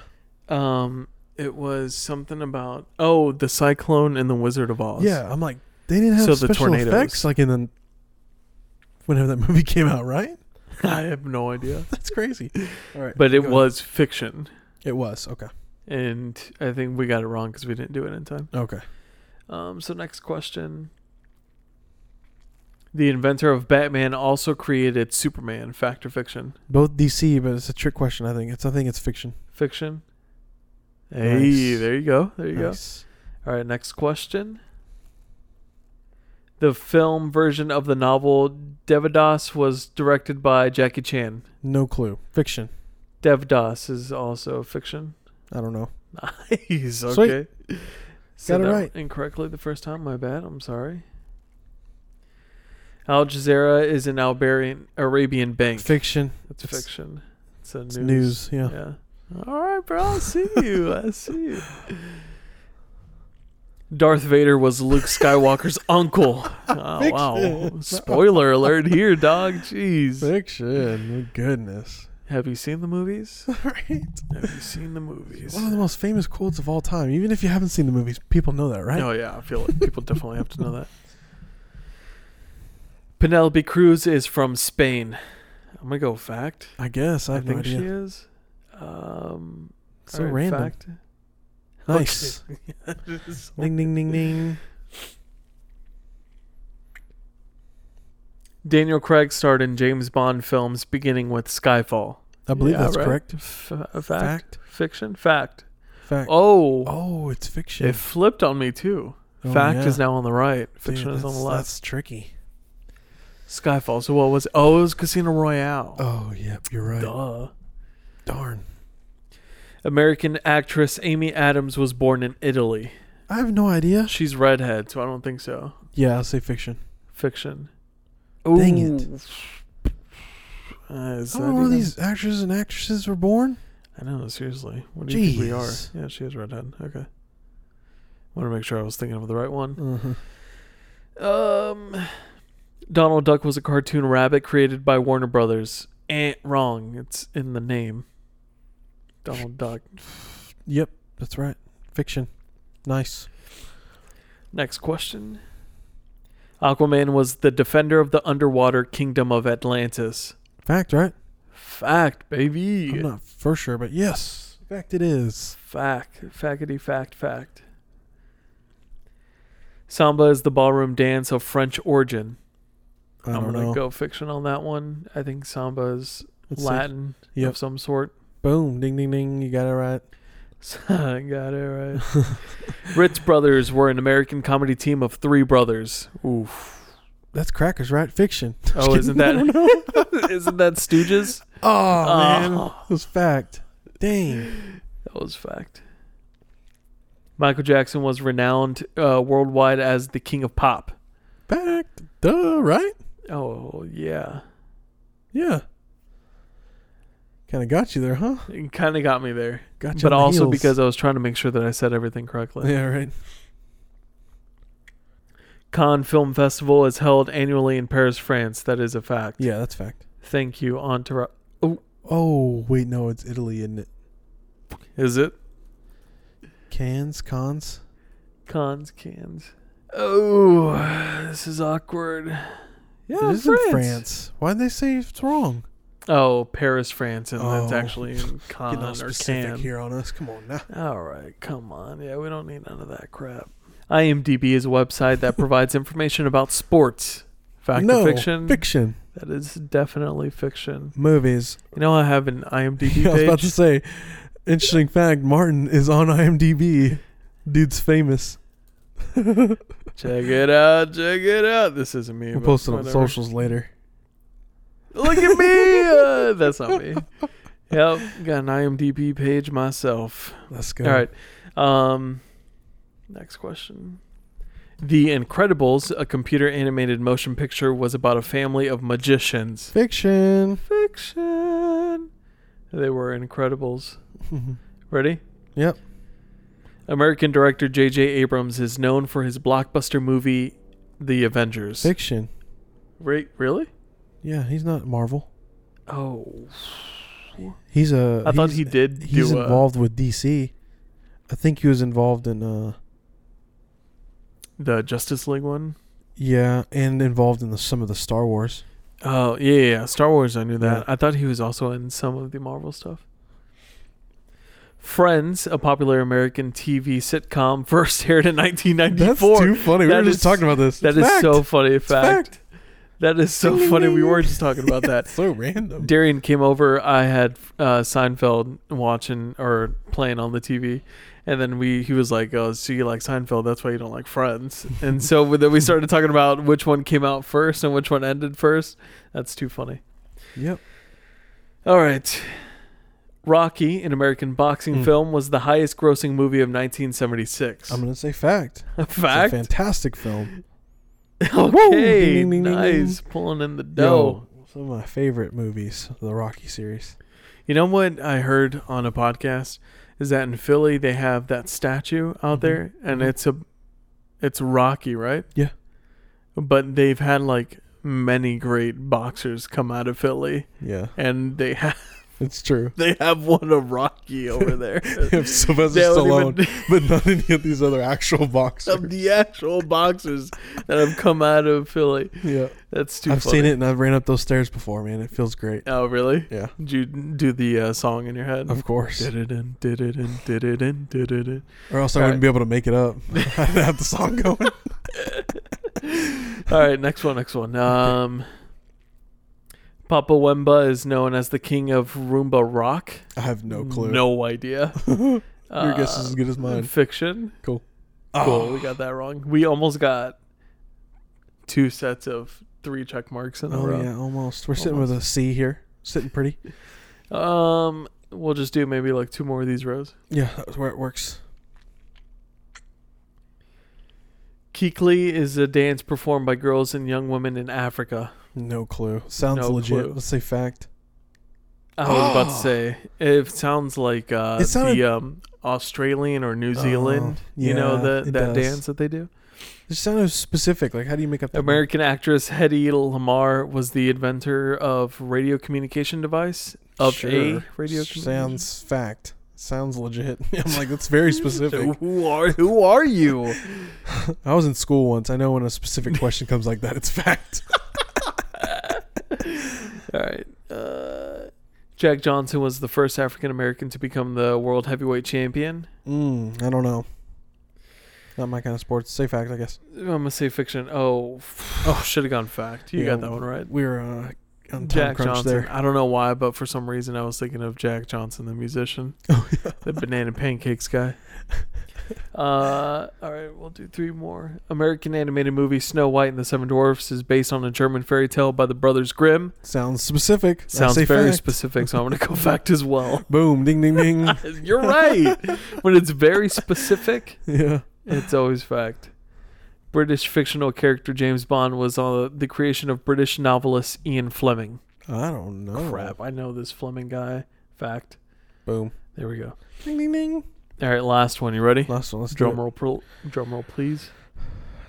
A: Um, it was something about oh the cyclone and the Wizard of Oz.
C: Yeah, I'm like they didn't have
A: So the
C: special
A: tornadoes.
C: effects like in the whenever that movie came out, right?
A: I have no idea.
C: That's crazy. All right,
A: But it
C: go
A: was fiction,
C: ahead. It was okay.
A: and I think we got it wrong because we didn't do it in time.
C: Okay.
A: Um, so next question. The inventor of Batman also created Superman. Fact or fiction?
C: Both DC, but it's a trick question. I think it's. I think it's fiction.
A: Fiction. Hey,
C: Nice.
A: there you go. There you go.
C: Nice.
A: All right, next question. The film version of the novel Devadas was directed by Jackie Chan.
C: No clue. Fiction.
A: Devdas is also fiction.
C: I don't know.
A: Nice. Okay. Said
C: Got it
A: that
C: right.
A: incorrectly the first time. My bad. I'm sorry. Al Jazeera is an Albarian Arabian bank.
C: Fiction.
A: That's
C: It's-
A: fiction. It's a
C: It's
A: news.
C: news. Yeah.
A: Yeah. All right, bro. I see you. I see you. Darth Vader was Luke Skywalker's uncle. Oh, wow.
C: Fiction.
A: Spoiler alert here, dog. Jeez.
C: Fiction. Goodness.
A: Have you seen the movies?
C: right.
A: Have you seen the movies?
C: One of the most famous quotes of all time. Even if you haven't seen the movies, people know that, right?
A: Oh, yeah. I feel it. People definitely have to know that. Penelope Cruz is from Spain. I'm going to go fact.
C: I guess. I
A: I
C: have no
A: think she
C: idea.
A: is. Um,
C: So
A: all right,
C: random.
A: fact.
C: Nice. Ding ding ding ding.
A: Daniel Craig starred in James Bond films beginning with Skyfall.
C: I believe
A: Yeah,
C: that's
A: right.
C: correct.
A: F- a fact?
C: Fact.
A: Fiction? Fact.
C: Fact.
A: Oh,
C: Oh, it's fiction.
A: it flipped on me too.
C: Oh,
A: Fact
C: yeah.
A: is now on the right.
C: Dude,
A: Fiction is on the
C: that's-
A: left.
C: That's tricky.
A: Skyfall. So what was it? Oh, it was Casino Royale.
C: Oh, yep, you're right.
A: Duh.
C: Darn.
A: American actress Amy Adams was born in Italy.
C: I have no idea.
A: She's redhead, so I don't think so.
C: Yeah, I'll say fiction.
A: Fiction.
C: Dang it.
A: Ooh. Uh, is
C: I
A: that
C: don't know where
A: even-
C: these actors and actresses were born.
A: I know, seriously. What do you think we are?
C: Jeez.
A: Yeah, she is redhead. Okay. Want to make sure I was thinking of the right one.
C: Uh-huh.
A: Um, Donald Duck was a cartoon rabbit created by Warner Brothers. Eh, wrong. It's in the name. Donald Duck.
C: Yep, that's right. Fiction. Nice.
A: Next question. Aquaman was the defender of the underwater kingdom of Atlantis.
C: Fact, right?
A: Fact, baby.
C: I'm not for sure, but yes. Fact it is.
A: Fact. Fackety fact fact. Samba is the ballroom dance of French origin.
C: I
A: I'm
C: don't
A: gonna
C: know.
A: go fiction on that one. I think Samba is
C: Let's see.
A: Latin
C: Yep.
A: of some sort.
C: Boom. Ding, ding, ding. You got it right.
A: I got it right. Ritz Brothers were an American comedy team of three brothers. Oof.
C: That's crackers, right? Fiction. Just
A: Oh,
C: kidding.
A: isn't that-
C: I don't know.
A: Isn't that Stooges?
C: oh, man. It
A: Oh.
C: was fact. Dang.
A: That was fact. Michael Jackson was renowned uh, worldwide as the king of pop.
C: Fact. Duh, right?
A: Oh yeah,
C: Yeah. Kind of got you there, huh?
A: it kind of got me there,
C: Got you.
A: but
C: on the
A: also
C: heels.
A: because I was trying to make sure that I said everything correctly.
C: Yeah, right.
A: Cannes Film Festival is held annually in Paris, France. That is a fact.
C: Yeah, that's fact.
A: Thank you, Entourage.
C: Oh, wait, no, it's Italy, isn't it?
A: Is it
C: Cans, cons.
A: Cannes? Cannes. Oh, this is awkward. Yeah,
C: it is in France. Why'd they say it's wrong?
A: Oh, Paris, France, and that's
C: Oh.
A: actually in
C: Getting all
A: Cannes or
C: specific
A: Cannes.
C: here on us. Come on now.
A: All right, come on. Yeah, we don't need none of that crap. IMDb is a website that provides information about sports. Fact
C: no,
A: or fiction?
C: Fiction.
A: that is definitely fiction.
C: Movies.
A: You know, I have an IMDb
C: I was about to
A: page.
C: say, interesting fact Martin is on IMDb. Dude's famous. we'll
A: Check it out. Check it out. This isn't me. but
C: post it on
A: whatever.
C: socials later.
A: Look at me. Uh, that's not me. Yep, got an IMDb page myself.
C: Let's go.
A: All right. Um, next question. The Incredibles, a computer animated motion picture, was about a family of magicians.
C: Fiction.
A: Fiction. They were Incredibles. Ready?
C: Yep.
A: American director J.J. Abrams is known for his blockbuster movie, The Avengers.
C: fiction.
A: Re- really?
C: Yeah, he's not Marvel.
A: Oh.
C: He's a.
A: I thought
C: he's-
A: he did
C: He's
A: do uh,
C: involved with DC. I think he was involved in. uh
A: uh, the Justice League one.
C: Yeah, and involved in the, some of the Star Wars.
A: Oh, yeah, yeah, yeah. Star Wars, I knew that.
C: Yeah.
A: I thought he was also in some of the Marvel stuff. Friends, a popular American TV sitcom, first aired in 1994.
C: funny.
A: That is-
C: about this.
A: That is so funny. Fact. That is so
C: Ding, ding,
A: funny.
C: ding,
A: We
C: ding.
A: were just talking about that.
C: so random.
A: Darian came over. I had uh, Seinfeld watching or playing on the TV, and then we he was like, "Oh, so you like Seinfeld? That's why you don't like Friends." and so then we started talking about which one came out first and which one ended first. That's too funny.
C: Yep.
A: All right. Rocky, an American boxing
C: Mm.
A: film, was the highest grossing movie of 1976.
C: I'm gonna say fact.
A: Fact.
C: It's a fantastic film. Woo!
A: okay.
C: Ding, ding, ding, ding,
A: nice. Pulling in the dough.
C: Yo, some of my favorite movies, the Rocky series.
A: You know what I heard on a podcast is that in Philly they have that statue out
C: Mhm.
A: there and
C: Mhm.
A: it's a it's Rocky, right?
C: Yeah.
A: But they've had like many great boxers come out of Philly
C: Yeah,
A: and they have
C: it's true.
A: they have one of Rocky over there.
C: They have Sylvester
A: They don't
C: Stallone,
A: even-
C: but not any of these other actual
A: of
C: boxers.
A: the actual boxers that have come out of Philly.
C: Yeah,
A: That's too.
C: I've
A: funny.
C: seen it and I've ran up those stairs before, man. It feels great.
A: Oh, really?
C: Yeah,
A: Did you do the uh, song in your head?
C: of course.
A: Did it and did it and did it and did it. in.
C: Or else I
A: All
C: wouldn't be able to make it up. I have the song going.
A: All right, next one, next one. Um, Papa Wemba is known as the king of Roomba Rock.
C: I have no clue.
A: No idea. Uh,
C: Your guess is as good as mine. Ah.
A: Fiction.
C: Cool.
A: Cool, we got that wrong. We almost got two sets of three check marks in a
C: Oh
A: row.
C: yeah, almost. We're sitting with a C here, sitting pretty.
A: Um, we'll just do maybe like two more of these rows.
C: Yeah, that's where it works.
A: Kikli is a dance performed by girls and young women in Africa.
C: No clue. Sounds
A: No
C: legit.
A: clue.
C: Let's say fact.
A: I was about to say it sounds like uh,
C: Oh. It sounded-
A: the um, Australian or New
C: Oh,
A: Zealand. you know
C: yeah,
A: the,
C: it
A: that
C: does.
A: dance that they do.
C: It sounded specific. Like, how do you make up that?
A: American actress Hedy Lamarr was the inventor of radio communication device of a
C: Sure.
A: radio. communication-
C: Sounds fact. Sounds legit. I'm like, that's very
A: So
C: specific.
A: who are who are you?
C: I was in school once. I know when a specific question comes like that, it's fact.
A: All right. Uh, Jack Johnson was the first African American to become the world heavyweight champion.
C: Mm, I don't know. Not my kind of sports. Say fact, I guess.
A: I'm gonna say fiction. Oh, oh, should have gone fact. You
C: Yeah,
A: got that one right.
C: We were uh, on time
A: Jack
C: crunch
A: Johnson.
C: there.
A: I don't know why, but for some reason I was thinking of Jack Johnson, the musician,
C: Oh,
A: the banana pancakes guy. Uh, all right, we'll do three more. American animated movie Snow White and the Seven Dwarfs is based on a German fairy tale by the brothers Grimm.
C: Sounds specific. I
A: Sounds
C: say
A: very
C: fact.
A: specific, so I'm gonna go fact as well.
C: Boom, ding, ding, ding.
A: You're right. when it's very specific,
C: yeah.
A: it's always fact. British fictional character James Bond was uh, the creation of British novelist Ian Fleming.
C: I don't know.
A: Crap, I know this Fleming guy. Fact.
C: Boom.
A: There we go.
C: Ding, ding, ding.
A: All right, last one. You ready?
C: Last one. Let's
A: Drum
C: do
A: roll, pro- drum roll, please.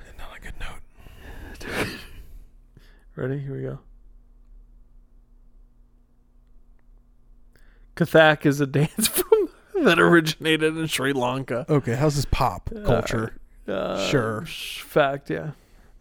C: it. Not a good note.
A: Ready? Here we go. Kathak is a dance from that originated in Sri Lanka.
C: Okay, how's this pop
A: Uh,
C: culture?
A: Uh,
C: Sure.
A: sh- Fact, yeah.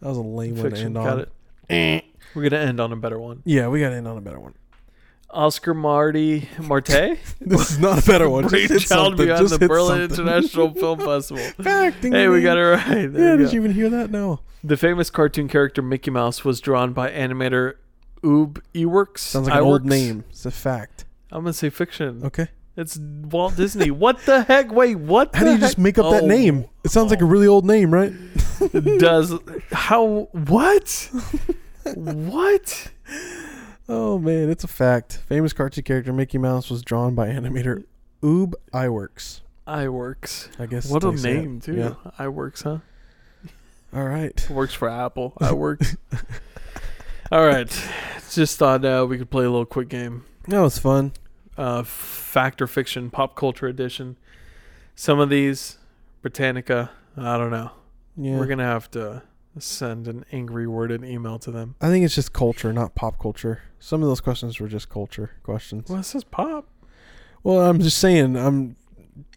C: That was a lame one to
A: Fiction.
C: end
A: Got
C: on.
A: it. We're gonna end on a better one.
C: Yeah, we got to end on a better one.
A: Oscar Marty Marte,
C: This is not a better one. Just hit
A: brainchild
C: something.
A: beyond
C: Just
A: the
C: hit
A: Berlin
C: something.
A: International Film Festival.
C: Fact. Ding,
A: Hey,
C: ding,
A: we
C: ding.
A: got it right. There
C: Yeah,
A: we
C: did
A: go.
C: you even hear that? No.
A: The famous cartoon character Mickey Mouse was drawn by animator Oob Ewerks.
C: Sounds like an old
A: Iwerks.
C: name. It's a fact.
A: I'm gonna say fiction.
C: Okay.
A: It's Walt Disney. what the heck? Wait, what?
C: How
A: the
C: do you just
A: heck?
C: make up that
A: Oh,
C: name? It sounds like a really old name, right?
A: Does how? What? what?
C: Oh man, it's a fact. Famous cartoon character Mickey Mouse was drawn by animator Oob Iwerks.
A: Iwerks.
C: I guess.
A: What a
C: they say it.
A: name too.
C: Yeah.
A: Iwerks, huh?
C: All right.
A: Works for Apple. Iwerks. All right. Just thought uh, we could play a little quick game.
C: That was fun.
A: uh, fact or fiction pop culture edition. Some of these, Britannica, I don't know.
C: Yeah.
A: We're gonna have to send an angry worded email to them.
C: I think it's just culture, not pop culture. Some of those questions were just culture questions.
A: Well, it says pop.
C: Well, I'm just saying, I'm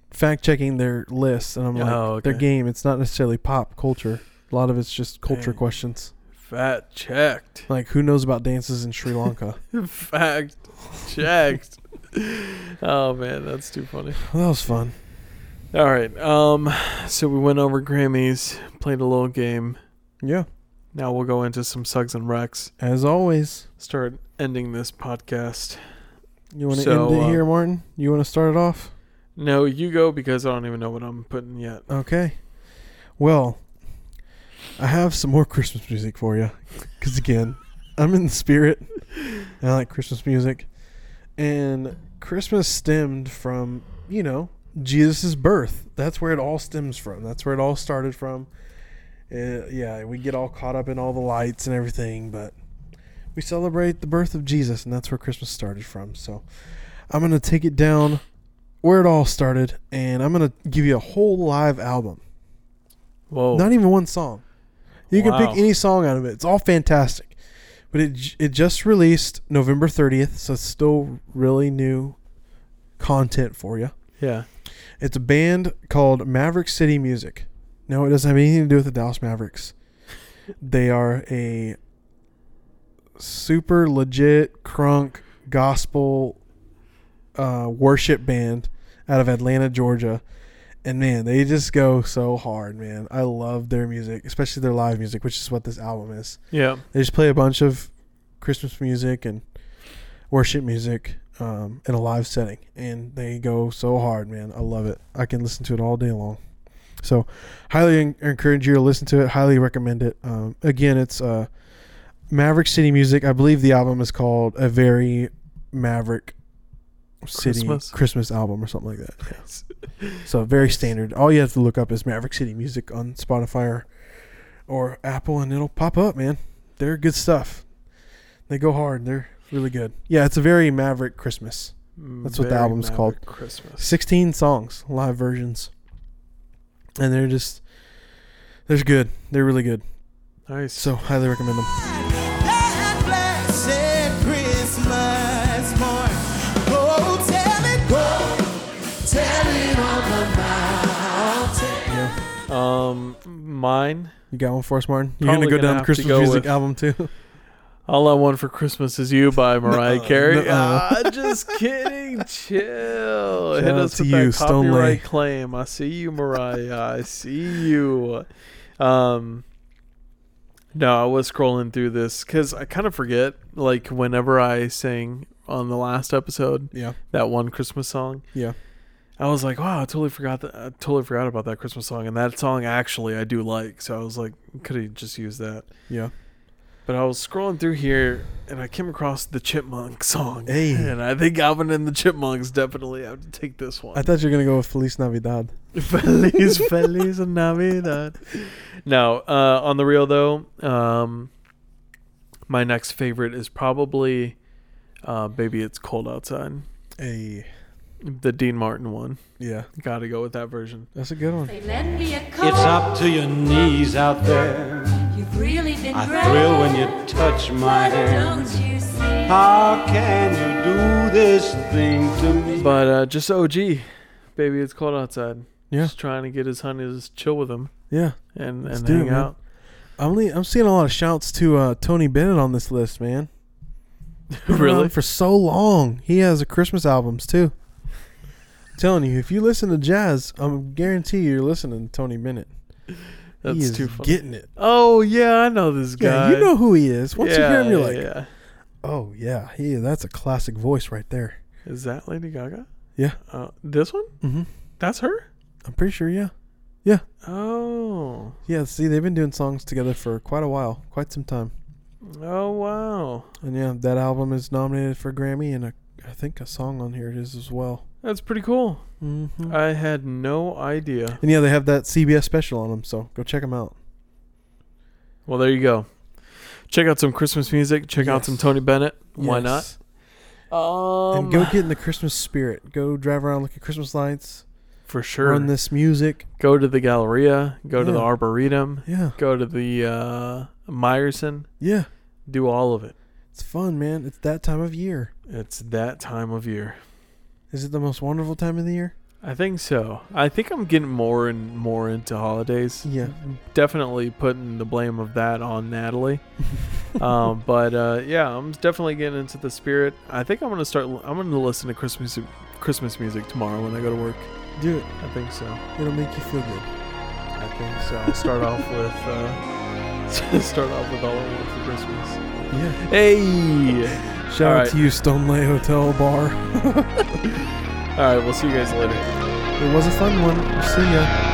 C: fact checking their list, and I'm like,
A: Oh,
C: their
A: okay.
C: game. It's not necessarily pop culture. A lot of it's just culture
A: Dang.
C: questions.
A: Fat checked.
C: Like, who knows about dances in Sri Lanka?
A: Fact checked. oh man, that's too funny.
C: well, that was fun.
A: All right. Um, so we went over Grammys, played a little game.
C: Yeah.
A: Now we'll go into some Suggs and Rex.
C: As always,
A: Start ending this podcast.
C: you want to
A: So,
C: end it
A: uh,
C: here, Martin? You want to start it off?
A: No, you go because I don't even know what I'm putting yet.
C: Okay. Well, I have some more Christmas music for you. Because, again, I'm in the spirit. And I like Christmas music. And Christmas stemmed from, you know, Jesus' birth. That's where it all stems from. That's where it all started from. Uh, yeah, we get all caught up in all the lights and everything, but we celebrate the birth of Jesus, and that's where Christmas started from. So I'm going to take it down where it all started, and I'm going to give you a whole live album.
A: Whoa.
C: Not even one song. You can
A: Oh. Wow.
C: pick any song out of it. It's all fantastic. But it j- it just released November 30th, so it's still really new content for you.
A: Yeah.
C: It's a band called Maverick City Music. No, it doesn't have anything to do with the Dallas Mavericks. They are a super legit crunk gospel uh, worship band out of Atlanta, Georgia. And man, they just go so hard, man. I love their music, especially their live music, which is what this album is.
A: Yeah.
C: They just play a bunch of Christmas music and worship music um, in a live setting, and they go so hard, man. I love it. I can listen to it all day long. So, highly en- encourage you to listen to it. Highly recommend it. Um, again, it's uh, Maverick City Music. I believe the album is called A Very Maverick City
A: Christmas?
C: Christmas, album or something like that. So very standard. All you have to look up is Maverick City Music on Spotify or, or Apple, and it'll pop up. Man, they're good stuff. They go hard. They're really good. Yeah, it's a very Maverick Christmas. That's what the
A: Very
C: album's called.
A: Maverick Christmas.
C: 16 songs, live versions. And they're just, they're good. They're really good.
A: Nice.
C: So, highly recommend them.
D: That blessed Christmas morn. Go tell it, go tell it on the mountain.
A: Um, mine.
C: You got one for us, Martin? You're
A: Probably
C: going to go
A: gonna
C: down
A: have
C: the
A: to
C: Christmas
A: go
C: music
A: with-
C: album, too?
A: All I want for Christmas is you by Mariah
C: Nuh-uh,
A: Carey.
C: nuh-uh.
A: Ah, just kidding. Chill. Hit
C: Shout out
A: us
C: to
A: with
C: you,
A: that
C: Stoneley.
A: copyright claim. I see you, Mariah. I see you. Um, no, I was scrolling through this because I kind of forget. Like whenever I sang on the last episode
C: yeah.
A: that one Christmas song,
C: Yeah.
A: I was like, wow, I totally forgot that. I totally forgot about that Christmas song, and that song actually I do like. So I was like, could have just used that.
C: Yeah.
A: But I was scrolling through here and I came across the Chipmunk song.
C: Hey.
A: And I think Alvin and the Chipmunks definitely have to take this one.
C: I thought you were going to go with Feliz Navidad.
A: Feliz, Feliz Navidad. No, uh, on the real though, um, my next favorite is probably uh, Baby It's Cold Outside,
C: Hey.
A: the Dean Martin one.
C: Yeah.
A: Gotta go with that version.
C: That's a good one.
E: They lend me a coat.
F: It's up to your knees out there.
E: You've really been
F: I
E: great.
F: thrill when you touch my
E: Why
F: hand.
E: don't you see?
F: How can you do this thing to me?
A: But uh, just OG, Baby It's Cold Outside.
C: Yeah.
A: Just trying to get his honey to just chill with him
C: Yeah.
A: and,
C: Let's
A: and
C: do it,
A: hang
C: man.
A: out.
C: I'm, le- I'm seeing a lot of shouts to uh, Tony Bennett on this list, man. Been
A: Really?
C: around For so long. He has a Christmas albums, too. telling you, if you listen to jazz, I'm guarantee you're listening to Tony Bennett.
A: That's
C: he is
A: too funny.
C: getting it.
A: Oh yeah, I know this
C: Yeah,
A: guy.
C: you know who he is. Once you hear him, you're
A: Yeah,
C: like,
A: yeah.
C: oh yeah, he that's a classic voice right there.
A: is that Lady Gaga?
C: Yeah.
A: Uh, this one?
C: Mm-hmm.
A: That's her?
C: I'm pretty sure. Yeah,
A: Oh.
C: yeah. See, they've been doing songs together for quite a while, quite some time.
A: Oh wow.
C: And yeah, that album is nominated for a Grammy, and a, I think a song on here it is as well.
A: That's pretty cool.
C: Mm-hmm.
A: I had no idea.
C: and yeah, they have that CBS special on them, so go check them out.
A: Well, there you go. Check out some Christmas music. Check out some
C: Yes.
A: Tony Bennett. Why not?
C: Yes.
A: Um,
C: And go get in the Christmas spirit. Go drive around, look at Christmas lights,
A: for sure.
C: run this music.
A: go to the Galleria. Go to the
C: Yeah.
A: Arboretum.
C: Yeah,
A: Go to the uh, Meyerson.
C: yeah.
A: Do all of it.
C: It's fun, man. It's that time of year.
A: It's that time of year.
C: Is it the most wonderful time of the year?
A: I think so. I think I'm getting more and more into holidays.
C: Yeah.
A: Definitely putting the blame of that on Natalie. um, but uh, yeah, I'm definitely getting into the spirit. I think I'm gonna start. I'm gonna listen to Christmas Christmas music tomorrow when I go to work.
C: Do it.
A: I think so.
C: It'll make you feel good.
A: I think so. I'll start off with uh, start off with all I want for Christmas.
C: Yeah.
A: Hey.
C: Shout out
A: Alright.
C: to you, Stoneley Hotel Bar.
A: All right. We'll see you guys later.
C: It was a fun one. See ya.